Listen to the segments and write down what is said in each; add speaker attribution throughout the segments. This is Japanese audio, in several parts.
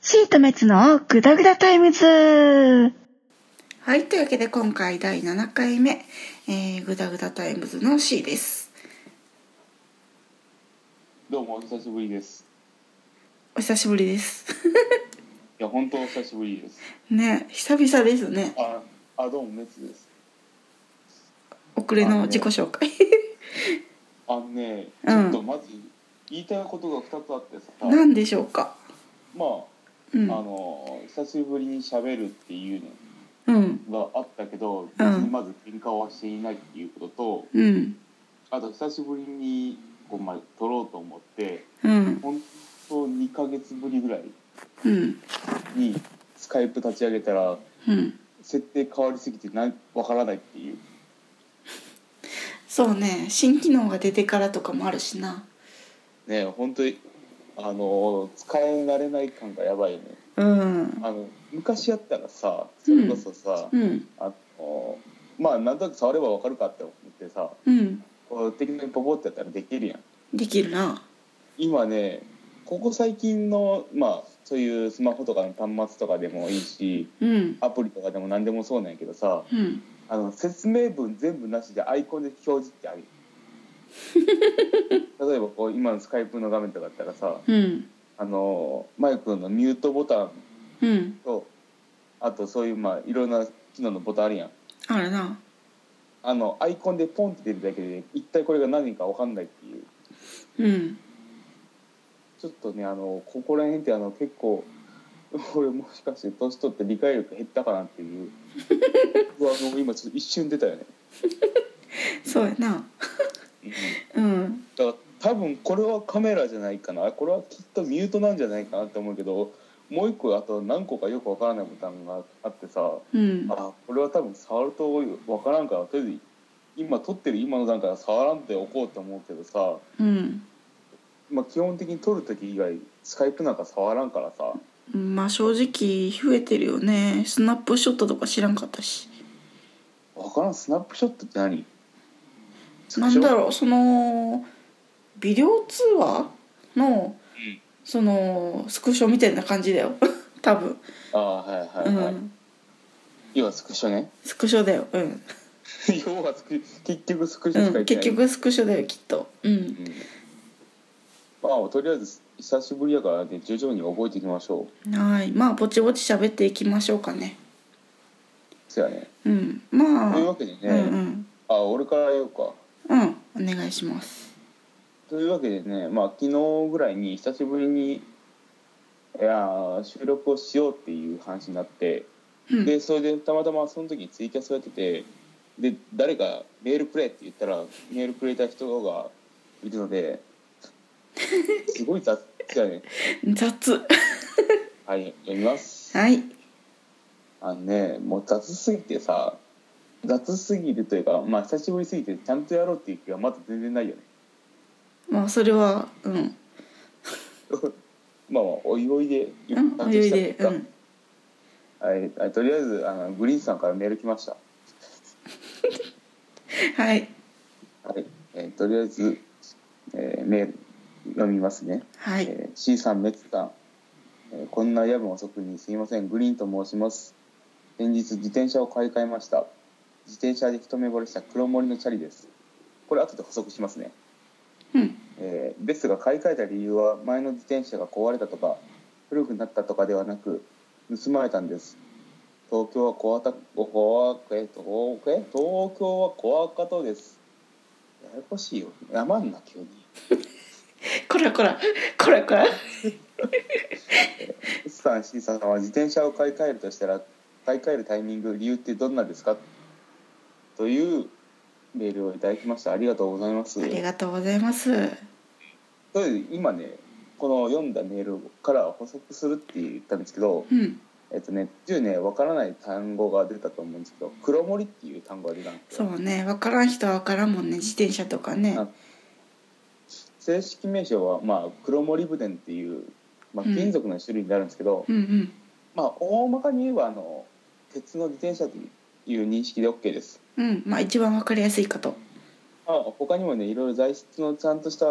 Speaker 1: シートメツのグダグダタイムズ
Speaker 2: はい、というわけで今回第7回目、えー、グダグダタイムズの C です。
Speaker 3: どうもお久しぶりです。
Speaker 2: お久しぶりです。
Speaker 3: いや本当お久しぶりです。
Speaker 2: ね、久々ですね。
Speaker 3: あ、あどうもメツです。
Speaker 2: 遅れの自己紹介。
Speaker 3: あのね、
Speaker 2: う
Speaker 3: ち
Speaker 2: ん
Speaker 3: ょっとまず言いたいことが二つあって さ、
Speaker 2: 何でしょうか。
Speaker 3: まあ、
Speaker 2: うん
Speaker 3: あ、の久しぶりに喋るっていう
Speaker 2: うん、
Speaker 3: のがあったけど、別にまず喧嘩はしていないっていうことと、
Speaker 2: うん、
Speaker 3: あと久しぶりにこうまあ撮ろうと思って、
Speaker 2: うん、
Speaker 3: 本当二ヶ月ぶりぐらい
Speaker 2: うん、
Speaker 3: にスカイプ立ち上げたら
Speaker 2: うん。
Speaker 3: 設定変わりすぎてなんわからないっていう。
Speaker 2: そうね、新機能が出てからとかもあるしな。
Speaker 3: ね本当にあの使い慣れない感がやばいよね
Speaker 2: うん、
Speaker 3: あの昔やったらさそれこそさ、
Speaker 2: うん、
Speaker 3: あのまあなんとなく触ればわかるかって思ってさ
Speaker 2: うん、
Speaker 3: こう適当にポポってやったらできるやん
Speaker 2: できるな。
Speaker 3: 今ねここ最近のまあそういうスマホとかの端末とかでもいいし
Speaker 2: うん、
Speaker 3: アプリとかでも何でもそうなんやけどさ
Speaker 2: うん。
Speaker 3: あの説明文全部なしでアイコンで表示ってある 例えばこう今のスカイプの画面とかだったらさ
Speaker 2: うん、
Speaker 3: あのマイクのミュートボタン
Speaker 2: うん、
Speaker 3: とあとそういうまあいろんな機能のボタンあるやん
Speaker 2: あるな。
Speaker 3: あのアイコンでポンって出るだけで一体これが何か分かんないっていう
Speaker 2: うん、
Speaker 3: ちょっとねあのここら辺ってあの結構俺もしかして年取って理解力減ったかなっていううわもう今ちょっと一瞬出たよね、
Speaker 2: そうやな。
Speaker 3: うん
Speaker 2: うん、
Speaker 3: だから多分これはカメラじゃないかなこれはきっとミュートなんじゃないかなって思うけどもう一個あと何個かよく分からないボタンがあってさ、
Speaker 2: うん。
Speaker 3: あこれは多分触ると分からんからとりあえず今撮ってる今の段階は触らんでおこうと思うけどさ、
Speaker 2: うん、
Speaker 3: まあ、基本的に撮る時以外スカイプなんか触らんからさ
Speaker 2: まあ正直増えてるよねスナップショットとか知らんかったし
Speaker 3: 分からんスナップショットって何
Speaker 2: なんだ
Speaker 3: う、
Speaker 2: ろうそのビデオ通話の
Speaker 3: うん、
Speaker 2: そのスクショみたいな感じだよ 多分、
Speaker 3: ああはいは
Speaker 2: う
Speaker 3: いはい、
Speaker 2: ん、
Speaker 3: 要はスクショね
Speaker 2: スクショだよ、うん
Speaker 3: 要はスク結局スクショし
Speaker 2: う
Speaker 3: か
Speaker 2: ん、
Speaker 3: いけ
Speaker 2: 結
Speaker 3: ない、
Speaker 2: 局スクショだよきっとうん
Speaker 3: うんまあとりあえず久しぶりやからね徐々に覚えていきましょう
Speaker 2: はいまあぼちぼち喋っていきましょうかね
Speaker 3: そやね
Speaker 2: うんまあ
Speaker 3: というわけでね、
Speaker 2: うん
Speaker 3: あ俺から言おうか
Speaker 2: うんうんお願いし ます
Speaker 3: というわけでね、まあ、昨日ぐらいに久しぶりにいやー収録をしようっていう話になって
Speaker 2: うん
Speaker 3: でそれでたまたまその時にツイキャスをやっててで誰かメールくれって言ったらメールくれた人がいる のですごい雑だね
Speaker 2: 雑
Speaker 3: はい読みます
Speaker 2: はい
Speaker 3: あのねもう雑すぎてさ雑すぎるというかまあ久しぶりすぎてちゃんとやろうっていう気がまだ全然ないよね
Speaker 2: まあそれはうん
Speaker 3: まあまあおいおいでち
Speaker 2: う
Speaker 3: ゃん
Speaker 2: ん
Speaker 3: と
Speaker 2: お
Speaker 3: した
Speaker 2: いで
Speaker 3: 結果
Speaker 2: うん
Speaker 3: はい、あとりあえずあのグリーンさんからメール来ました。
Speaker 2: はい
Speaker 3: はい、えーとりあえず、えーメール読みますね。
Speaker 2: はい
Speaker 3: えー C さん、メツさん、えーこんな夜分遅くにすいません、グリーンと申します。先日自転車を買い替えました。自転車で一目惚れした黒森のチャリです。これ後で補足しますね。
Speaker 2: うん
Speaker 3: えーですが買い替えた理由は前の自転車が壊れたとか古くなったとかではなく盗まれたんです東京は小た小えっと小え東京は小赤とですややこしいよやまんな急に
Speaker 2: こらこらこらこら
Speaker 3: S さん C さんは自転車を買い替えるとしたら買い替えるタイミング理由ってどんなですかというメールをいただきましたありがとうございます
Speaker 2: ありがとうございます
Speaker 3: とりあえず今ねこの読んだメールから補足するって言ったんですけど、
Speaker 2: うん
Speaker 3: えっとね、10ね、わからない単語が出たと思うんですけど、黒森っていう単語が出たんです
Speaker 2: そ
Speaker 3: よ。
Speaker 2: うね分からん人は分からんもんね自転車とかね
Speaker 3: あ正式名称は、まあ、黒森ブデンっていう、まあ、
Speaker 2: うん
Speaker 3: 金属の種類になるんですけど、
Speaker 2: うんうん
Speaker 3: まあ、大まかに言えば、あの、鉄の自転車といういう認識で OK です
Speaker 2: うんまあ一番わかりやすいかと
Speaker 3: まあ他にもねいろいろ材質のちゃんとした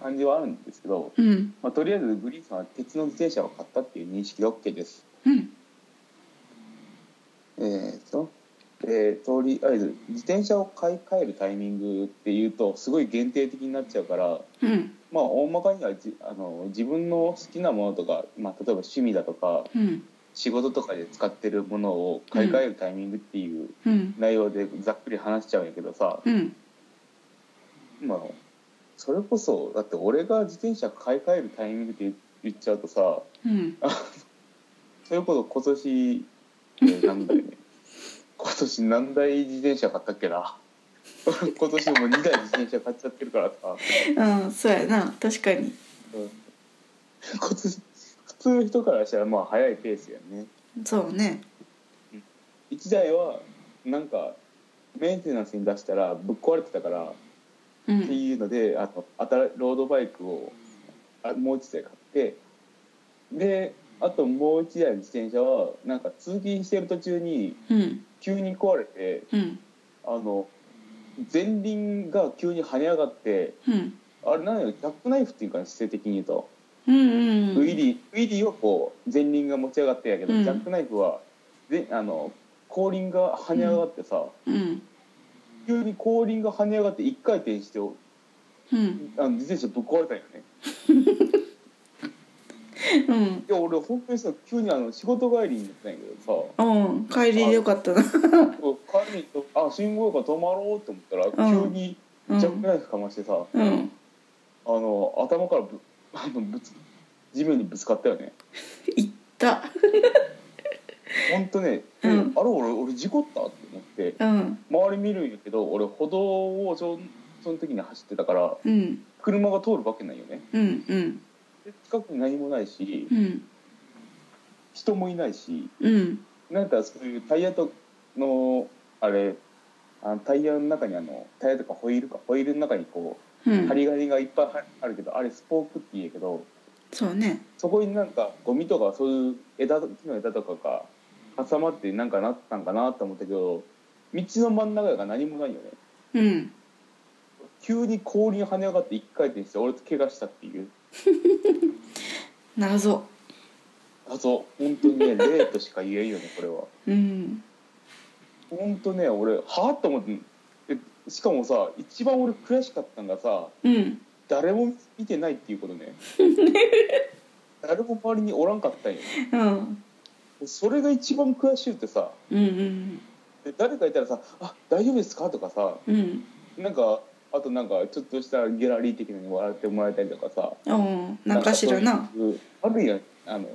Speaker 3: 感じはあるんですけど、
Speaker 2: うん
Speaker 3: まあ、とりあえずグリーンさんは鉄の自転車を買ったっていう認識で OK です
Speaker 2: うん
Speaker 3: えー、とでとりあえず自転車を買い替えるタイミングっていうとすごい限定的になっちゃうから
Speaker 2: うん
Speaker 3: まあ大まかにはじあの自分の好きなものとか、まあ、例えば趣味だとか
Speaker 2: うん
Speaker 3: 仕事とかで使ってるものを買い替えるタイミングっていう
Speaker 2: うん
Speaker 3: 内容でざっくり話しちゃうんやけどさ、
Speaker 2: うん
Speaker 3: まあ、それこそだって俺が自転車買い替えるタイミングって言っちゃうとさ
Speaker 2: うん
Speaker 3: それこそ今年、えーなんだよね今年何台自転車買ったっけな 今年もう2台自転車買っちゃってるからさ、
Speaker 2: うんそうやな確かに
Speaker 3: うん今年普通の人からしたらまあ早いペースやね
Speaker 2: そうね
Speaker 3: 1台はなんかメンテナンスに出したらぶっ壊れてたから
Speaker 2: う
Speaker 3: って
Speaker 2: ん
Speaker 3: いうのであの新ロードバイクをあもう1台買ってであともう1台の自転車はなんか通勤してる途中に
Speaker 2: うん
Speaker 3: 急に壊れて
Speaker 2: うん
Speaker 3: あの前輪が急に跳ね上がって
Speaker 2: うん
Speaker 3: あれなんやキャップナイフっていうか姿勢的に言うと、
Speaker 2: うんう
Speaker 3: ウ
Speaker 2: ん
Speaker 3: ィリーウィリーはこう前輪が持ち上がってやけど、
Speaker 2: うん
Speaker 3: ジャックナイフはであの後輪が跳ね上がってさ、
Speaker 2: うん
Speaker 3: 急に後輪が跳ね上がって1回転して
Speaker 2: うん
Speaker 3: あの自転車ぶっ壊れたんよね
Speaker 2: うん
Speaker 3: いや俺本当にさ急にあの仕事帰りに行ったんやけど
Speaker 2: うん帰りでよかったな
Speaker 3: さ帰りに行ったあ信号が止まろうと思ったら、
Speaker 2: うん
Speaker 3: 急に
Speaker 2: う
Speaker 3: ジャック
Speaker 2: ん
Speaker 3: ナイフかましてさ、
Speaker 2: うん
Speaker 3: あの頭からぶ あのぶつ地面にぶつかったよね
Speaker 2: 行った
Speaker 3: 本当ね、で
Speaker 2: うん
Speaker 3: あれ俺俺事故ったって思って
Speaker 2: うん
Speaker 3: 周り見るんやけど俺歩道をそんその時に走ってたから
Speaker 2: うん
Speaker 3: 車が通るわけないよね
Speaker 2: うんうん
Speaker 3: で近くに何もないし
Speaker 2: うん
Speaker 3: 人もいないし
Speaker 2: うん
Speaker 3: なんかそういうタイヤとのあれあのタイヤの中にあのタイヤとかホイールかホイールの中にこ
Speaker 2: う
Speaker 3: うん針金がいっぱいはあるけどあれスポークって言うんやけど
Speaker 2: そうね
Speaker 3: そこになんかゴミとかそういう枝木の枝とかが挟まってなんかなったんかなと思ったけど道の真ん中が何もないよね
Speaker 2: うん
Speaker 3: 急に氷に跳ね上がって一回転して俺と怪我したっていう
Speaker 2: 謎
Speaker 3: 謎本当にね例としか言えんよねこれは
Speaker 2: うん
Speaker 3: 本当ね俺はあと思ってえしかもさ一番俺悔しかったのがさ
Speaker 2: うん
Speaker 3: 誰も見てないっていうこ とね誰も周りにおらんかったんよ
Speaker 2: うん
Speaker 3: それが一番悔しゅうってさ
Speaker 2: うん
Speaker 3: で誰かいたらさ「あ大丈夫ですか?」とかさ
Speaker 2: うんうん
Speaker 3: なんかあとなんかちょっとしたギャラリー的なのに笑ってもらえたりとかさ
Speaker 2: うんなんかしらな
Speaker 3: そういうあるやんあの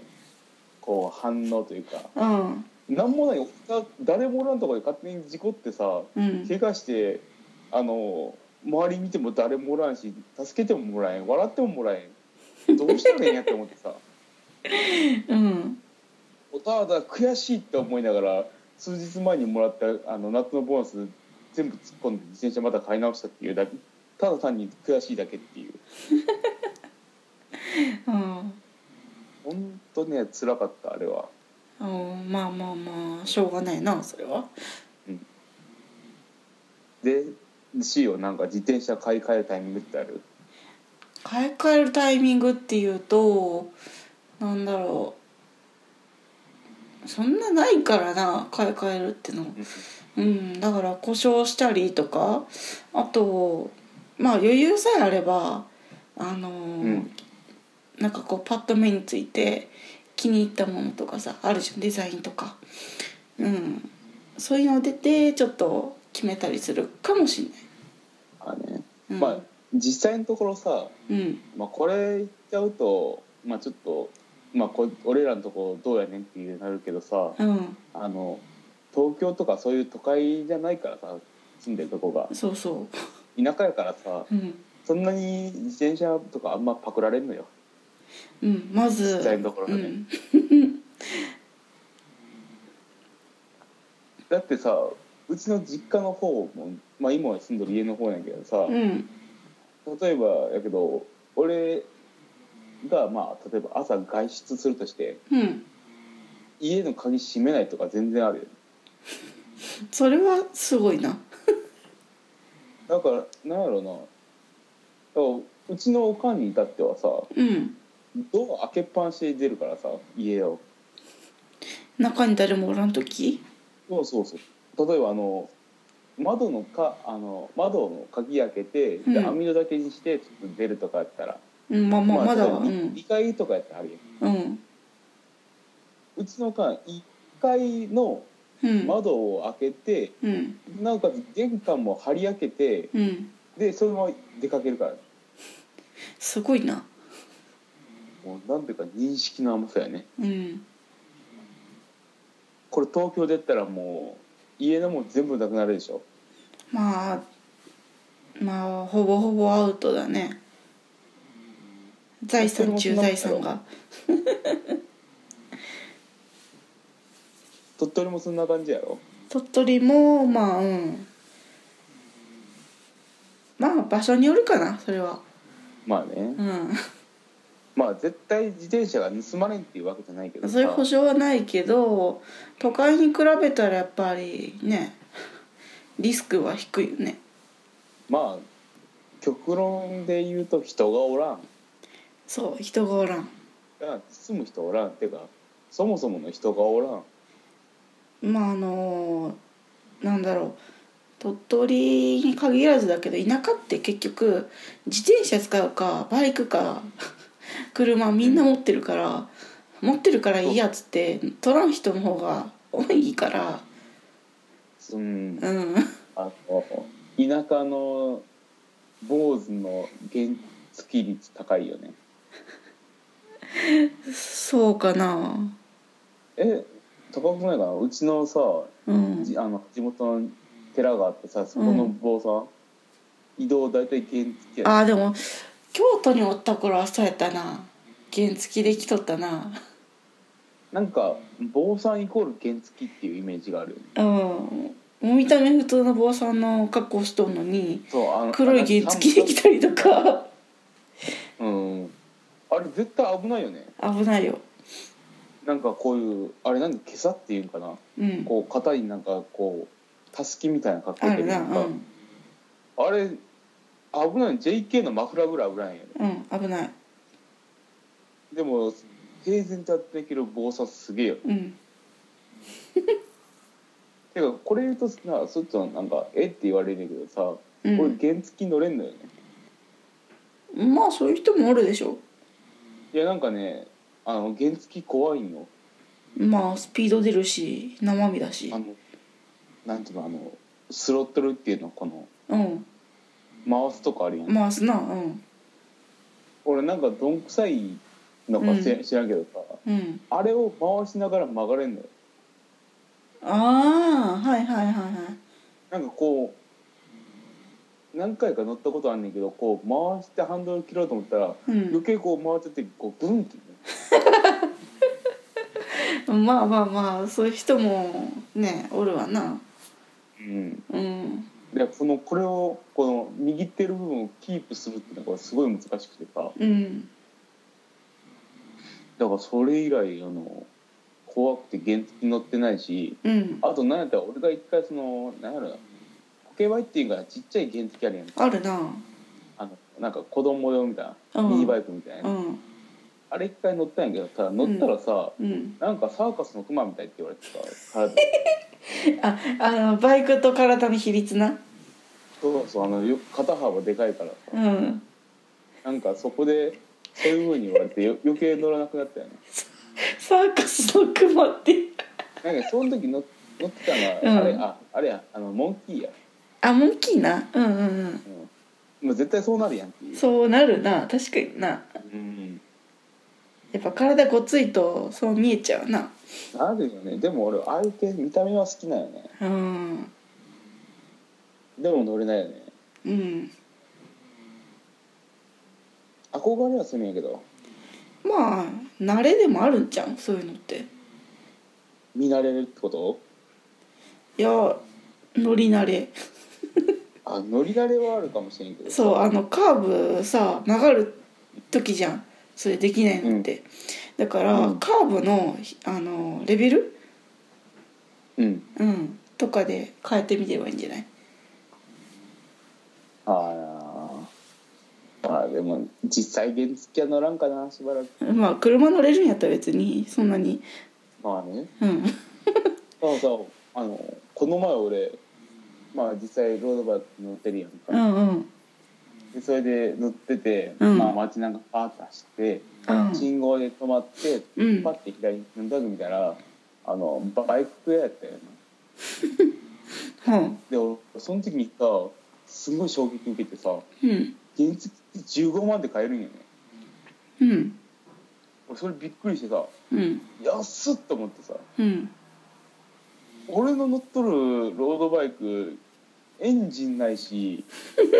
Speaker 3: こう反応というか
Speaker 2: うん
Speaker 3: なんもないおっさん誰もおらんとこで勝手に事故ってさ
Speaker 2: うん
Speaker 3: 怪我してあの周り見ても誰もおらんし助けてももらえん笑ってももらえんどうしたらいいんやって思ってさ
Speaker 2: うん
Speaker 3: ただ悔しいって思いながら数日前にもらったあの夏のボーナス全部突っ込んで自転車また買い直したっていうだけただ単に悔しいだけっていう
Speaker 2: うん
Speaker 3: 本当ね辛かったあれは
Speaker 2: うんまあまあまあしょうがないなそれは
Speaker 3: で C をなんか自転車買い替えるタイミングってある
Speaker 2: 買い替えるタイミングっていうとなんだろうそんなないからな買い替えるってのうんだから故障したりとかあとまあ余裕さえあればあのー
Speaker 3: うん
Speaker 2: なんかこうパッと目について気に入ったものとかさあるじゃんデザインとかうんそういうの出てちょっと決めたりするかもし
Speaker 3: あね、
Speaker 2: れない、うん、
Speaker 3: まあ実際のところさ
Speaker 2: うん
Speaker 3: まあ、これ言っちゃうと、まあ、ちょっと、まあ、こ俺らのとこどうやねんっていうなるけどさ
Speaker 2: うん
Speaker 3: あの東京とかそういう都会じゃないからさ住んでるとこが
Speaker 2: そうそ
Speaker 3: 田舎やからさ
Speaker 2: ううん
Speaker 3: そんなに自転車とかあんまパクられんのよ
Speaker 2: うん、まず
Speaker 3: 実際のところだね
Speaker 2: うん
Speaker 3: だってさうちの実家の方も、まあ、今住んでる家の方やけどさ
Speaker 2: うん
Speaker 3: 例えばやけど俺がまあ例えば朝外出するとして
Speaker 2: うん
Speaker 3: 家の鍵閉めないとか全然あるよ
Speaker 2: それはすごいな
Speaker 3: だからなんやろなだからうちのおかんに至ってはさ
Speaker 2: うん
Speaker 3: ドア開けっぱなしで出るからさ家を
Speaker 2: 中に誰もおらん時
Speaker 3: そうそうそう例えばあの窓のかあの窓の鍵開けて、で
Speaker 2: うん
Speaker 3: 網戸だけにしてちょっと出るとかやったら、
Speaker 2: うんまあまあまだ
Speaker 3: 例えば
Speaker 2: はうん
Speaker 3: 2階とかやったらあるやん
Speaker 2: うん
Speaker 3: うちのおかん1階の
Speaker 2: うん
Speaker 3: 窓を開けて、
Speaker 2: うん
Speaker 3: なおかつ玄関も張り開けて
Speaker 2: うん
Speaker 3: でそのまま出かけるから
Speaker 2: すごいな
Speaker 3: もうなんていうか認識の甘さやね
Speaker 2: うん
Speaker 3: これ東京でやったらもう家のもん全部なくなるでしょ
Speaker 2: まあまあほぼほぼアウトだね財産中財産が
Speaker 3: 鳥取もそんな感じやろ
Speaker 2: 鳥取もまあうんまあ場所によるかなそれは
Speaker 3: まあね
Speaker 2: う
Speaker 3: まあ絶対自転車が盗まれんっていうわけじゃないけど
Speaker 2: ん
Speaker 3: さ
Speaker 2: そういう保証はないけど都会に比べたらやっぱりねリスクは低いよね
Speaker 3: まあ極論で言うと人がおらん
Speaker 2: そう人がおらん
Speaker 3: が住む人おらんっていうかそもそもの人がおらん
Speaker 2: まああのなんだろう鳥取に限らずだけど田舎って結局自転車使うかバイクか 車みんな持ってるから持ってるからいいやつって取らん人の方が多いから
Speaker 3: うん
Speaker 2: うん
Speaker 3: あの田舎の坊主の原付率高いよね
Speaker 2: そうかな
Speaker 3: え高くないかなうちのさ
Speaker 2: うん
Speaker 3: じあの地元の寺があってさそこの坊さん、移動大体原付やね
Speaker 2: あーでも京都におった頃はそうやったな原付できとったな
Speaker 3: なんか坊さんイコール原付っていうイメージがあるよね
Speaker 2: うんもう見た目普通の坊さんの格好しとんのに
Speaker 3: そうあの
Speaker 2: 黒い原付できたりとか
Speaker 3: うんあれ絶対危ないよね
Speaker 2: 危ないよ
Speaker 3: なんかこういうあれなんで袈裟っていうんかな
Speaker 2: うん
Speaker 3: こう肩になんかこうたすきみたいなのかけ
Speaker 2: あ
Speaker 3: て
Speaker 2: る
Speaker 3: る
Speaker 2: な
Speaker 3: や
Speaker 2: うん
Speaker 3: か、
Speaker 2: ん、
Speaker 3: あれ危ない JK のマフラーぐらい危ないよね
Speaker 2: うん、危ない
Speaker 3: でも平然とやってできる暴殺すげえよ
Speaker 2: うん
Speaker 3: てかこれ言うとなそっちのなんかえって言われるけどさ、
Speaker 2: う
Speaker 3: 俺
Speaker 2: ん、
Speaker 3: 原付乗れんのよね
Speaker 2: まあそういう人もおるでしょ
Speaker 3: いやなんかねあの原付怖いの
Speaker 2: まあスピード出るし生身だし
Speaker 3: あのなんていうのあのスロットルっていうのこの
Speaker 2: うん
Speaker 3: 回すとこあるやん、
Speaker 2: 回すなうん
Speaker 3: 俺なんかどんくさいのかせ
Speaker 2: うん
Speaker 3: 知らんけどさ
Speaker 2: うん
Speaker 3: あれを回しながら曲がれんのよ
Speaker 2: ああはいはいはいはい
Speaker 3: なんかこう何回か乗ったことあんねんけどこう回してハンドル切ろうと思ったら
Speaker 2: うん
Speaker 3: 余計こう回っちゃってこうブンって、
Speaker 2: まあまあまあそういう人もねおるわな
Speaker 3: うん
Speaker 2: うん
Speaker 3: でこのこれをこの握ってる部分をキープするっていうのがすごい難しくてさ
Speaker 2: うん
Speaker 3: だからそれ以来あの怖くて原付乗ってないし
Speaker 2: うん
Speaker 3: あと何やったら俺が一回その何やろなポケバイっていうからちっちゃい原付あるやん
Speaker 2: あるな
Speaker 3: あのなんか子供用みたい
Speaker 2: う
Speaker 3: な、
Speaker 2: ん
Speaker 3: ミニバイクみたいな、
Speaker 2: うん
Speaker 3: あれ一回乗ったんやけどさ乗ったらさ、
Speaker 2: うん
Speaker 3: なんかサーカスのクマみたいって言われてさ 体
Speaker 2: ああのバイクと体の比率な
Speaker 3: そうそうあのよ肩幅でかいからさ
Speaker 2: うん
Speaker 3: なんかそこでそういう風に言われてよ余計乗らなくなったよね
Speaker 2: サーカスのクマって
Speaker 3: なんかその時乗乗ってたのは、
Speaker 2: うん
Speaker 3: あれああれやあのモンキーや、
Speaker 2: あモンキーなうんうん、
Speaker 3: うん、もう絶対そうなるやんっていううん
Speaker 2: そうなるな確かにな
Speaker 3: うん、
Speaker 2: やっぱ体ごついとそう見えちゃうな
Speaker 3: あるよねでも俺ああいう系見た目は好きなんよね
Speaker 2: うん
Speaker 3: でも乗れないよね
Speaker 2: うん
Speaker 3: 憧れはするんやけど
Speaker 2: まあ慣れでもあるんじゃんそういうのって
Speaker 3: 見慣れるってこと
Speaker 2: いや乗り慣れ
Speaker 3: あ乗り慣れはあるかもしれんけど
Speaker 2: そうあのカーブさ曲がる時じゃんそれできないのって、だから、
Speaker 3: うん
Speaker 2: カーブのあのレベル、
Speaker 3: うん
Speaker 2: うん、とかで変えてみればいいんじゃない
Speaker 3: ああまあでも実際原付は乗らんかなしばらく
Speaker 2: まあ車乗れるんやったら別にそんなに
Speaker 3: まあね
Speaker 2: うん
Speaker 3: そうそうあのこの前俺まあ実際ロードバイク乗ってるやんか、
Speaker 2: うんうん
Speaker 3: でそれで乗ってて、
Speaker 2: うん
Speaker 3: まあ街なんかパーッと走って、
Speaker 2: うん
Speaker 3: 信号で止まって
Speaker 2: うん
Speaker 3: パッて左に飲んだ見たらあのバイク屋やったよな
Speaker 2: は
Speaker 3: で俺その時にさすごい衝撃受けてさ
Speaker 2: あうん
Speaker 3: 原付って15万で買えるんよね
Speaker 2: うん
Speaker 3: 俺それびっくりしてさ
Speaker 2: うん
Speaker 3: 安っと思ってさ
Speaker 2: うん
Speaker 3: 俺の乗っとるロードバイクエンジンないし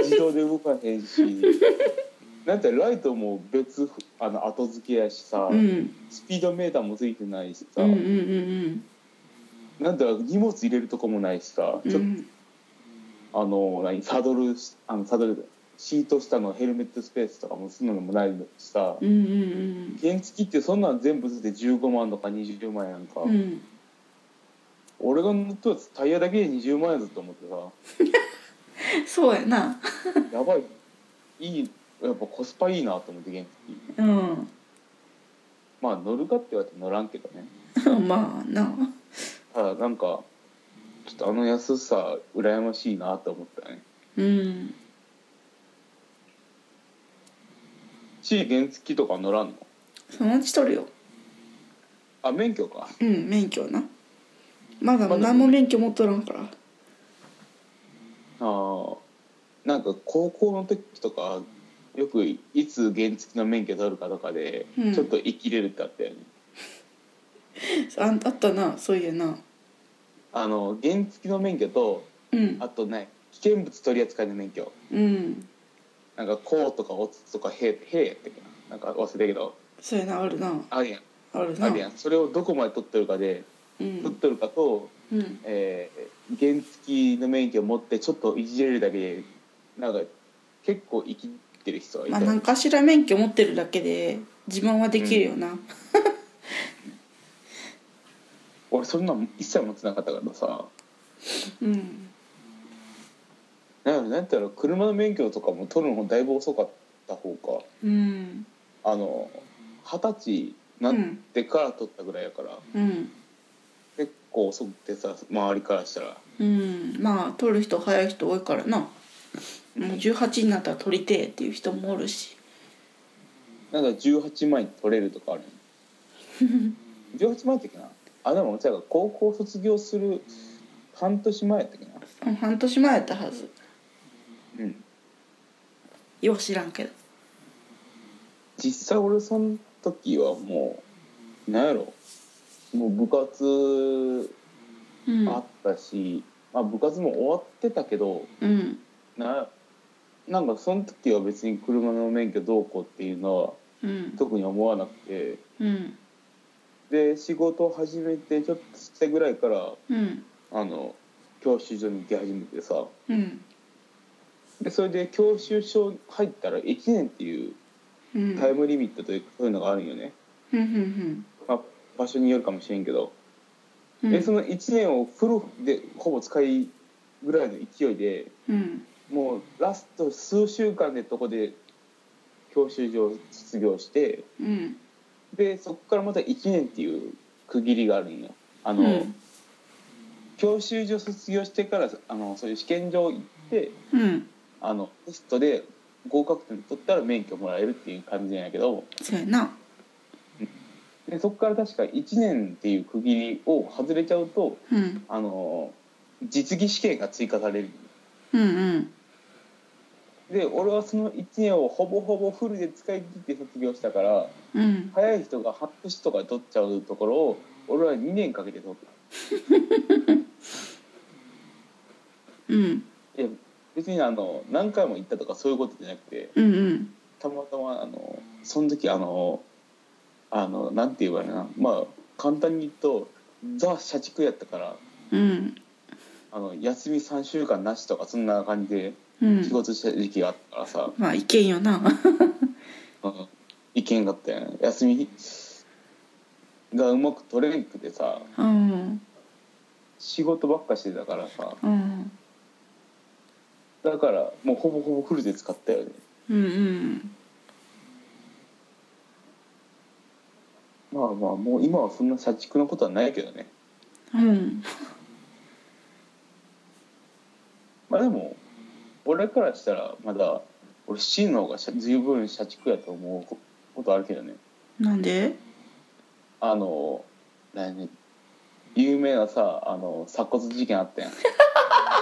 Speaker 3: 自動で動かへ んしなんてライトも別あの後付けやしさ、
Speaker 2: うん
Speaker 3: スピードメーターもついてないし
Speaker 2: う
Speaker 3: さ、
Speaker 2: んうんうん
Speaker 3: なんて荷物入れるとこもないしさ、
Speaker 2: う
Speaker 3: ちょっ
Speaker 2: ん
Speaker 3: とあの何サドルあのサドルシート下のヘルメットスペースとかもするのもないしさ、
Speaker 2: うんうん
Speaker 3: 原付ってそんなん全部ついて15万とか20万やんか、
Speaker 2: うんうん
Speaker 3: 俺が乗ったやつタイヤだけで20万やぞと思ってさ
Speaker 2: そうやな
Speaker 3: やばいいいやっぱコスパいいなと思って原付
Speaker 2: うん
Speaker 3: まあ乗るかって言われて乗らんけどね
Speaker 2: まあな
Speaker 3: ただなんかちょっとあの安さ羨ましいなと思ったね
Speaker 2: うん
Speaker 3: し原付とか乗らんの
Speaker 2: そのうち取るよ
Speaker 3: あ免許か
Speaker 2: うん免許なまだ
Speaker 3: まだ
Speaker 2: 何も免許持っとらんから
Speaker 3: あーなんか高校の時とかよくいつ原付の免許取るかとかで
Speaker 2: うん
Speaker 3: ちょっと生きれるってあったよね、
Speaker 2: あんあったなそういやな
Speaker 3: あの原付の免許と
Speaker 2: うん
Speaker 3: あとね危険物取り扱いの免許
Speaker 2: うん
Speaker 3: なんか「こう」とか「おつ」とか「へ」「へ」やったっけななんか忘れたけど
Speaker 2: そうやなあるな
Speaker 3: あるやん
Speaker 2: あるな
Speaker 3: あるやんそれをどこまで取ってるかで
Speaker 2: う
Speaker 3: 取っ
Speaker 2: ん
Speaker 3: てるかと、
Speaker 2: うん
Speaker 3: えー原付の免許を持ってちょっといじれるだけでなんか結構生きてる人はい
Speaker 2: ま
Speaker 3: た
Speaker 2: あ
Speaker 3: よ
Speaker 2: 何かしら免許持ってるだけで自慢はできるよな
Speaker 3: 俺そんなん一切持ってなかったからさ
Speaker 2: うん
Speaker 3: なんなんていうの車の免許とかも取るのだいぶ遅かった方か
Speaker 2: うん
Speaker 3: あの二十歳になってから取ったぐらいやから、
Speaker 2: うん
Speaker 3: 結構遅くてさ周りからしたら
Speaker 2: うんまあ取る人早い人多いからなもう18になったら取りてえっていう人もおるし
Speaker 3: なんか18万円取れるとかあるの18万円やったっけなあでもそうやから高校卒業する半年前やったっけな
Speaker 2: うん半年前やったはず
Speaker 3: うん
Speaker 2: よう知らんけど
Speaker 3: 実際俺その時はもうなんやろもう部活
Speaker 2: うん
Speaker 3: あったし、まあ、部活も終わってたけど
Speaker 2: うん
Speaker 3: ななんかその時は別に車の免許どうこうっていうのは
Speaker 2: うん
Speaker 3: 特に思わなくて
Speaker 2: うん
Speaker 3: で仕事を始めてちょっとしてぐらいから
Speaker 2: うん
Speaker 3: あの教習所に行き始めてさ
Speaker 2: うん
Speaker 3: でそれで教習所入ったら1年っていう
Speaker 2: うん
Speaker 3: タイムリミットというかそういうのがあるんよね、
Speaker 2: うんうん
Speaker 3: まあ、場所によるかもしれんけど、
Speaker 2: うん
Speaker 3: でその1年をフルでほぼ使いぐらいの勢いで
Speaker 2: うん
Speaker 3: もうラスト数週間でとこで教習所を卒業して
Speaker 2: うん
Speaker 3: でそこからまた1年っていう区切りがあるんよ。あ
Speaker 2: あ
Speaker 3: の、教習所卒業してからあのそういう試験場行って
Speaker 2: うん
Speaker 3: あのテストで合格点取ったら免許もらえるっていう感じなんやけど
Speaker 2: そうやな
Speaker 3: でそこから確か1年っていう区切りを外れちゃうと
Speaker 2: うん
Speaker 3: あの実技試験が追加される
Speaker 2: うんうん
Speaker 3: で俺はその1年をほぼほぼフルで使い切って卒業したから
Speaker 2: うん
Speaker 3: 早い人が半年とかで取っちゃうところを俺は2年かけて取っ
Speaker 2: うん
Speaker 3: たいや別にあの何回も行ったとかそういうことじゃなくて
Speaker 2: うんうん
Speaker 3: たまたまあのその時あのあのなんて言えばいいのかなまあ簡単に言うとザ社畜やったから
Speaker 2: うん
Speaker 3: あの休み3週間なしとかそんな感じで
Speaker 2: うん
Speaker 3: 仕事した時期があったからさ、
Speaker 2: まあいけんよな
Speaker 3: うん、意見があったよね休みがうまく取れなくてさ
Speaker 2: うん
Speaker 3: 仕事ばっかしてたからさ
Speaker 2: うん
Speaker 3: だからもうほぼほぼフルで使ったよね
Speaker 2: うんうん
Speaker 3: まあまあもう今はそんな社畜のことはないけどね
Speaker 2: うん
Speaker 3: まあでも俺からしたらまだ俺 C の方が社十分社畜やと思うこことあるけどね
Speaker 2: なんで
Speaker 3: あの何やね有名なさあの鎖骨事件あったやん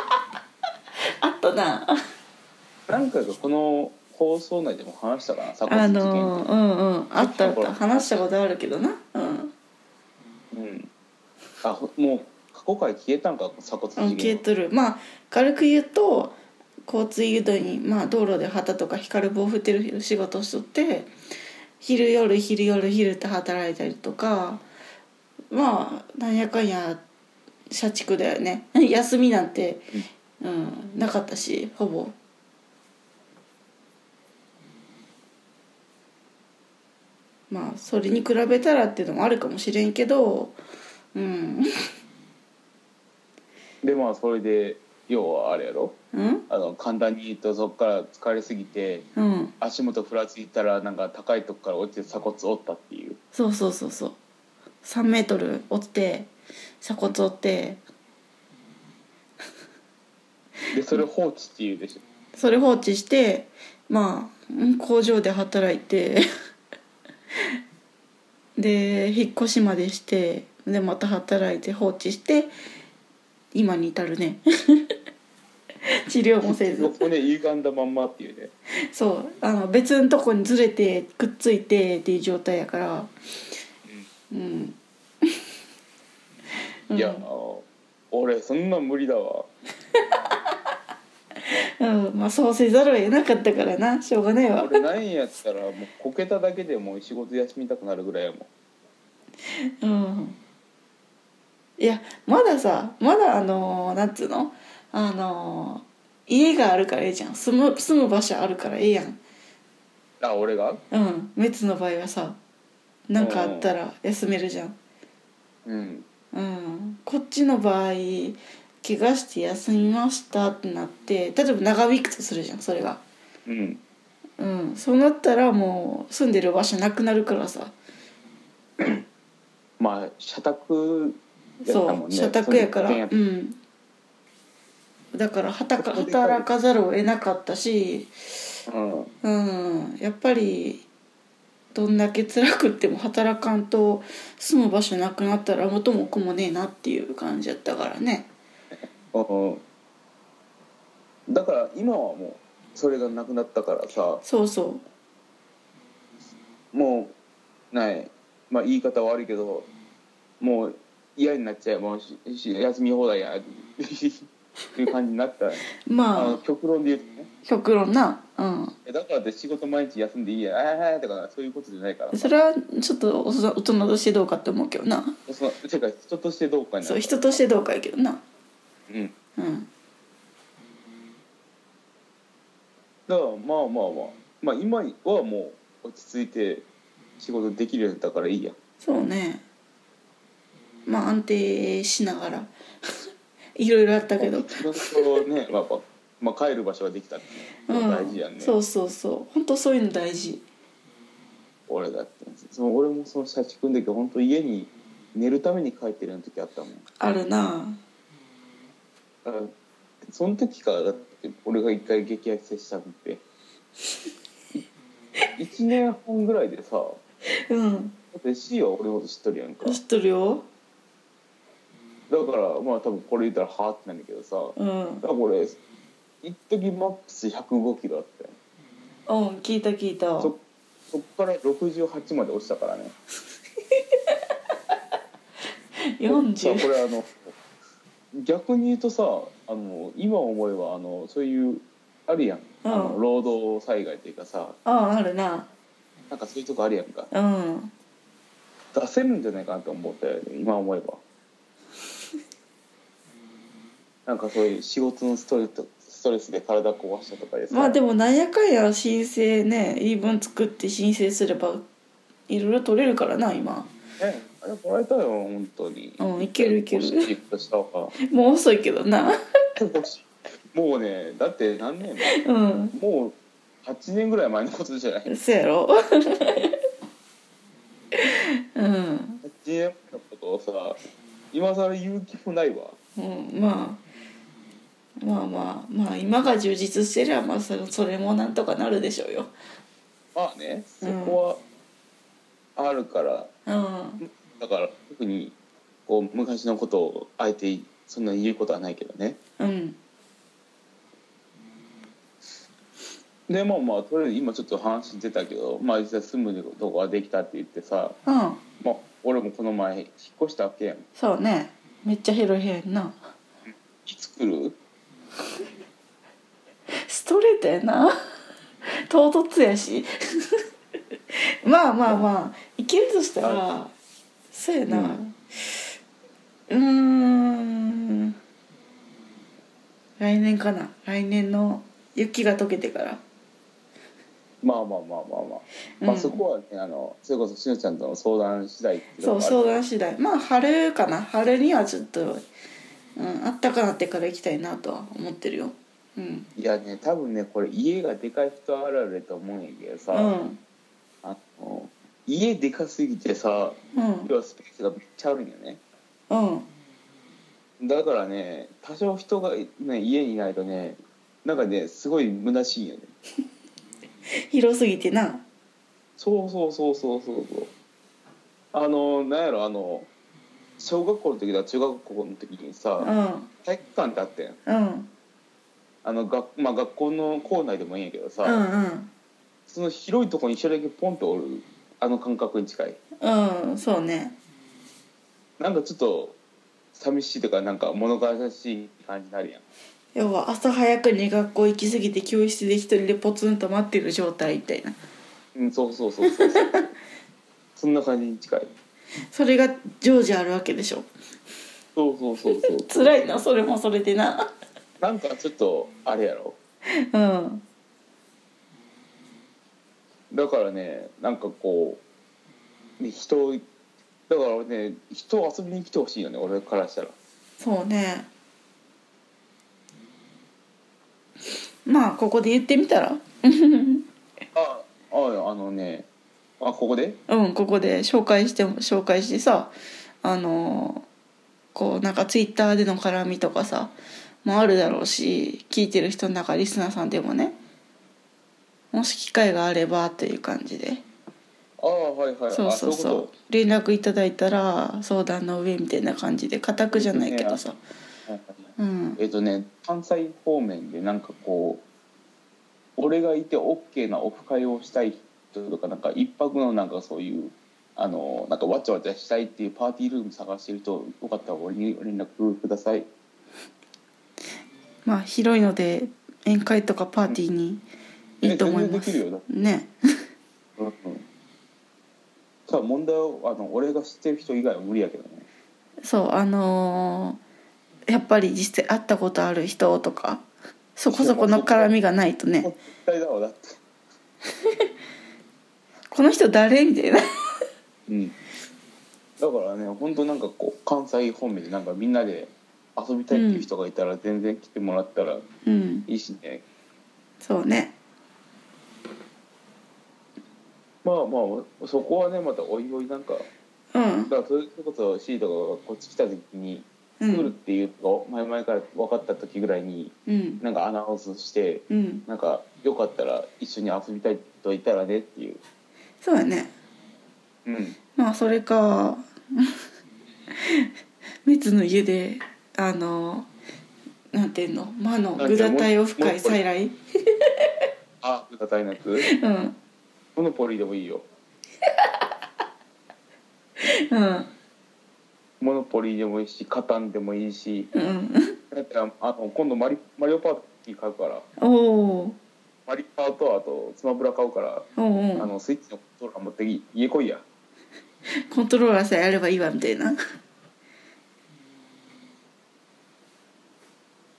Speaker 2: あったな
Speaker 3: 何回かこの放送内でも話したかな鎖
Speaker 2: あ
Speaker 3: 骨事件
Speaker 2: の
Speaker 3: って
Speaker 2: うんうんあったあっ
Speaker 3: ほ
Speaker 2: た
Speaker 3: ら
Speaker 2: 話したことあるけどなうん
Speaker 3: うんあほもう過去回消えたんか鎖骨
Speaker 2: うん
Speaker 3: 事
Speaker 2: 消え
Speaker 3: 件
Speaker 2: とるまあ軽く言うと交通誘導に、まあ、道路で旗とか光る棒振ってる仕事をしとって昼夜昼夜昼って働いたりとかまあなんやかんや社畜だよね 休みなんて、うん、なかったしほぼまあそれに比べたらっていうのもあるかもしれんけどうん
Speaker 3: でまあそれで要はあれやろ
Speaker 2: うん
Speaker 3: あの簡単に言うとそこから疲れすぎて
Speaker 2: うん
Speaker 3: 足元ふらついたらなんか高いとこから落ちて鎖骨折ったっていう
Speaker 2: そうそうそうそう3メートル折って鎖骨折って
Speaker 3: でそれ放置っていうでしょ
Speaker 2: それ放置してまあうん工場で働いて で引っ越しまでしてでまた働いて放置して今に至るね 治療もせず
Speaker 3: 骨歪んだまんまっていうね
Speaker 2: そうあの別のとこにずれてくっついてっていう状態やからうん、うん、
Speaker 3: いやあの俺そんなん無理だわ
Speaker 2: うん、まあそうせざるを得なかったからなしょうがないわ
Speaker 3: 俺何やったらもうこけただけでもう仕事休みたくなるぐらいやも
Speaker 2: う
Speaker 3: ん
Speaker 2: んいやまださまだあのーなんつうのあのー家があるからええじゃん住む住む場所あるからええやん
Speaker 3: あ俺が
Speaker 2: うん滅の場合はさなんかあったら休めるじゃん
Speaker 3: うん
Speaker 2: うんこっちの場合怪我して休みましたってなって例えば長引くとするじゃんそれが
Speaker 3: うん
Speaker 2: うんそうなったらもう住んでる場所なくなるからさ
Speaker 3: まあ社宅やった
Speaker 2: そ
Speaker 3: もん
Speaker 2: う
Speaker 3: ね
Speaker 2: 社宅やから
Speaker 3: それ一
Speaker 2: う
Speaker 3: 軒やっ
Speaker 2: んだからはたか
Speaker 3: そこでかい
Speaker 2: 働かざるを得なかったした
Speaker 3: うん
Speaker 2: うんやっぱりどんだけ辛くっても働かんと住む場所なくなったら元も子もねえなっていう感じやったからね
Speaker 3: うんうんだから今はもうそれがなくなったからさ
Speaker 2: そうそ
Speaker 3: もうないまあ言い方悪いけどもう嫌になっちゃえばしし休み放題やっていう感じになった
Speaker 2: う
Speaker 3: あ
Speaker 2: ま
Speaker 3: の
Speaker 2: あ
Speaker 3: 極論で言うとね
Speaker 2: 極論なうん
Speaker 3: えだからって仕事毎日休んでいいやああとかそういうことじゃないから
Speaker 2: それはちょっと大人大人としてどうかって思うけどな
Speaker 3: そのてか人としてどうかにな
Speaker 2: そう
Speaker 3: る
Speaker 2: 人としてどうかやけどな
Speaker 3: うん
Speaker 2: うん
Speaker 3: だからまあまあまあまあ今はもう落ち着いて仕事できるようになったからいいや
Speaker 2: そうねまあ安定しながら いろいろあったけど、
Speaker 3: 仕事をね、まあ、やっぱまあ帰る場所ができたっていう
Speaker 2: う
Speaker 3: の
Speaker 2: ん、
Speaker 3: が大事やんね、
Speaker 2: そうそうそう本当そういうの大事
Speaker 3: 俺だってその俺もその社畜の時本当家に寝るために帰ってるような時あったもん
Speaker 2: あるな
Speaker 3: だからその時からだって俺が一回激痩せしたくって1年半ぐらいでさだ
Speaker 2: うん
Speaker 3: って C は俺のこと知っとるやんかだ
Speaker 2: 知っとるよ
Speaker 3: からまあ多分これ言ったらはあってなんだけどさだ
Speaker 2: うん
Speaker 3: から俺一時マックス105キロあったよ
Speaker 2: うん聞いた聞いた
Speaker 3: そそっから68まで落ちたからねそうこ
Speaker 2: 40
Speaker 3: れあの逆に言うとさあの今思えばあのそういうあるやん、あの
Speaker 2: うん
Speaker 3: 労働災害というかさ
Speaker 2: ああるな
Speaker 3: なんかそういうとこあるやんか
Speaker 2: うん
Speaker 3: 出せるんじゃないかなと思ったよね今思え ばなんかそういう仕事のストレスストレスで体壊したとかでさ
Speaker 2: まあでもなんやかんや申請ね言い分作って申請すればいろいろ取れるからな今
Speaker 3: ねあれもらえたよ本当に
Speaker 2: うんいけるいける
Speaker 3: 欲しいとしたわ
Speaker 2: もう遅いけどな
Speaker 3: 欲しい もうねだって何年
Speaker 2: うん
Speaker 3: もう8年ぐらい前のことじゃない8
Speaker 2: そやろ うん、
Speaker 3: 年前のことをさ今更言う気もないわ
Speaker 2: うん、まあまあまあまあ今が充実してりゃまあそれそれもなんとかなるでしょうよ
Speaker 3: まあねそこはあるから、
Speaker 2: うん
Speaker 3: だから特にこう昔のことをあえてそんなに言うことはないけどね
Speaker 2: うん
Speaker 3: でまあまあとりあえず今ちょっと話出たけどまあ実際住むとこができたって言ってさ、
Speaker 2: うん
Speaker 3: まあ、俺もこの前引っ越したわけやん
Speaker 2: そうねめっちゃ広い部屋やんない
Speaker 3: つ来る
Speaker 2: ストレートやな唐突やしまあまあまあいけるとしたらそうやな
Speaker 3: う
Speaker 2: うんーん来年かな来年の雪が溶けてから
Speaker 3: まあまあまあまあまあ、まあそこはねあのそれこそしのちゃんとの相談次第っていう
Speaker 2: そ
Speaker 3: の
Speaker 2: う相
Speaker 3: がある
Speaker 2: 談次第まあ春かな春にはちょっと、うん、あったかなってから行きたいなとは思ってるようん
Speaker 3: いやね多分ねこれ家がでかい人あるあるやと思うんやけどさ、
Speaker 2: うん
Speaker 3: あの家でかすぎてさ
Speaker 2: うん
Speaker 3: 要はスペースがめっちゃあるんよね
Speaker 2: うん
Speaker 3: だからね多少人が、ね、家にいないとねなんかねすごい虚しいよね
Speaker 2: 広すぎてな
Speaker 3: そうそうそうそうそうそうあのなんやろあの小学校の時だ中学校の時に
Speaker 2: う
Speaker 3: さ
Speaker 2: ん
Speaker 3: 体育館ってあってん
Speaker 2: うん
Speaker 3: あのが、まあ、学校の校内でもいいんやけどさ、
Speaker 2: うんうん
Speaker 3: その広いとこに一人だけポンとおるあの感覚に近い
Speaker 2: うんそうね
Speaker 3: なんかちょっと寂しいとかなんか物悲しい感じになるやん
Speaker 2: 要は朝早くに学校行き過ぎて教室で一人でポツンと待ってる状態みたいな
Speaker 3: うんそうそうそうそうそう そんな感じに近い
Speaker 2: それが常時あるわけでしょ
Speaker 3: そうそうそうそう
Speaker 2: 辛いなそれもそれでな
Speaker 3: なんかちょっとあれやろ
Speaker 2: うん
Speaker 3: だからねなんかこうね人だからね人遊びに来てほしいよね俺からしたら
Speaker 2: そうねまあここで言ってみたら
Speaker 3: あああのねあここで
Speaker 2: うんここで紹介しても紹介してさあのーこうなんかツイッターでの絡みとかさもあるだろうし聞いてる人の中リスナーさんでもねもし機会があればという感じで
Speaker 3: ああはいはい
Speaker 2: そうそう
Speaker 3: あ
Speaker 2: そ
Speaker 3: いう
Speaker 2: 連絡いただいたら相談の上みたいな感じで固くじゃないけどさ
Speaker 3: ことはいはいはい
Speaker 2: うん
Speaker 3: えっとね関西方面でなんかこう俺がいて OK なオフ会をしたい人とかなんか一泊のなんかそういうあのなんかわちゃわちゃしたいっていうパーティールーム探してる人よかったら俺に連絡ください
Speaker 2: まあ広いので宴会とかパーティーにいいと思いま
Speaker 3: え全然できる
Speaker 2: す
Speaker 3: よだって
Speaker 2: ね
Speaker 3: うんうんさあ問題はあの俺が知ってる人以外は無理やけどね
Speaker 2: そうあのーやっぱり実際会ったことある人とかそこそこの絡みがないと
Speaker 3: もう
Speaker 2: ね
Speaker 3: 絶対だわだって
Speaker 2: この人誰みたいな
Speaker 3: うんだからね本当なんかこう関西方面でなんかみんなで遊びたいっていう人がいたら全然来てもらったら
Speaker 2: うん
Speaker 3: いいしね、
Speaker 2: そうね
Speaker 3: まあまあそこはねまたおいおいなんか
Speaker 2: うん
Speaker 3: だからそういうことをシートがこっち来た時に
Speaker 2: う
Speaker 3: 来るっ
Speaker 2: ん
Speaker 3: ていうのが前々から分かった時ぐらいに
Speaker 2: うん
Speaker 3: なんかアナウンスして
Speaker 2: うん
Speaker 3: なんかよかったら一緒に遊びたいといたらねっていう
Speaker 2: そうだね
Speaker 3: うん
Speaker 2: まあそれか 密の家であのなんていうの魔の
Speaker 3: なんか
Speaker 2: 具だ体オフ
Speaker 3: も
Speaker 2: 会
Speaker 3: うこれ
Speaker 2: 再来
Speaker 3: あ歌たいなく
Speaker 2: うん
Speaker 3: モノポリーでもいいよ
Speaker 2: うん
Speaker 3: モノポリーでもいいしカタンでもいいし
Speaker 2: うん
Speaker 3: だったらあの今度マリマリオパーティー買うから
Speaker 2: おお
Speaker 3: マリパーとあとスマブラ買うから
Speaker 2: おう
Speaker 3: あ
Speaker 2: おう
Speaker 3: のスイッチのコントローラー持ってき家来いや
Speaker 2: コントローラーさえあればいいわみたいな
Speaker 3: ち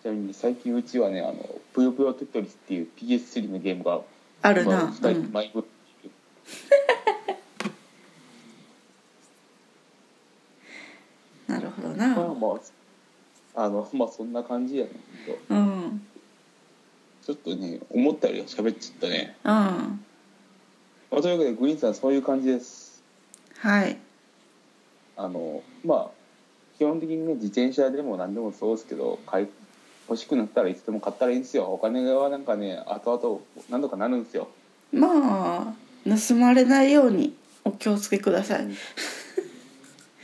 Speaker 3: なみに最近うちはね「あのぷよぷよテトリス」っていう PS3 のゲームが
Speaker 2: あ
Speaker 3: あ
Speaker 2: るな、
Speaker 3: 2
Speaker 2: う
Speaker 3: 人
Speaker 2: ん
Speaker 3: マイブ
Speaker 2: なるほどな
Speaker 3: まあまああのまあそんな感じやねほ
Speaker 2: う
Speaker 3: んと
Speaker 2: ん
Speaker 3: ちょっとね思ったより喋っちゃったね、
Speaker 2: うん
Speaker 3: まあ、というわけでグリーンさんそういう感じです
Speaker 2: はい
Speaker 3: あのまあ基本的にね自転車でも何でもそうですけど買い欲しくなったらいつでも買ったらいいんですよお金はなんかね後々何とかなるんですよ
Speaker 2: まあ盗まれないようにお気をつけください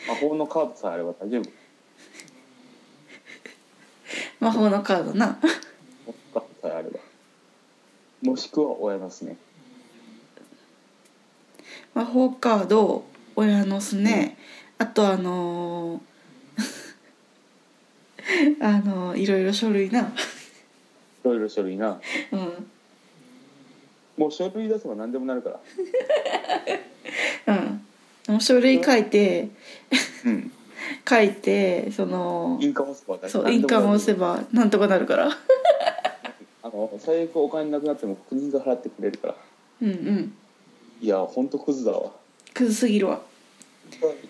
Speaker 3: 魔法のカードさえあれば大丈夫
Speaker 2: 魔法のカード な
Speaker 3: 持ったさえあればもしくは親のすね
Speaker 2: 魔法カード親のすね、あとあのー あのーいろいろ書類な
Speaker 3: いろいろ書類な
Speaker 2: うん
Speaker 3: もう書類出せば何でもなるから
Speaker 2: うんでも書類書いて
Speaker 3: うん
Speaker 2: 書いてその
Speaker 3: 印鑑押せば大丈夫
Speaker 2: そう印鑑を押せばなんとかなるから
Speaker 3: あの最悪お金なくなっても国が払ってくれるから
Speaker 2: うんうん
Speaker 3: いやほんとクズだわ
Speaker 2: クズすぎるわ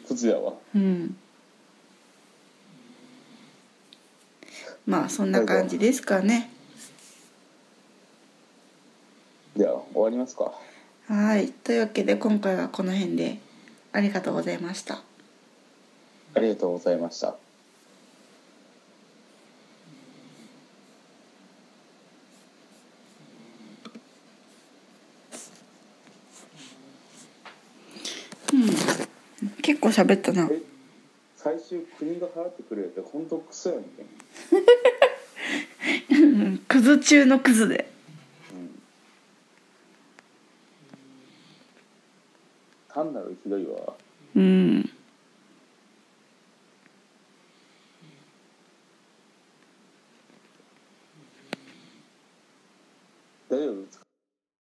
Speaker 3: クズやわ
Speaker 2: うんまあそんな感じですかね
Speaker 3: じゃあ終わりますか
Speaker 2: はいというわけで今回はこの辺でありがとうございました
Speaker 3: ありがとうございました
Speaker 2: 結構喋ったな
Speaker 3: え最終国が払ってくれるってほんとクソやねんけ
Speaker 2: うんクズ中のクズで
Speaker 3: うん単なるひどいわ
Speaker 2: うん
Speaker 3: 大丈夫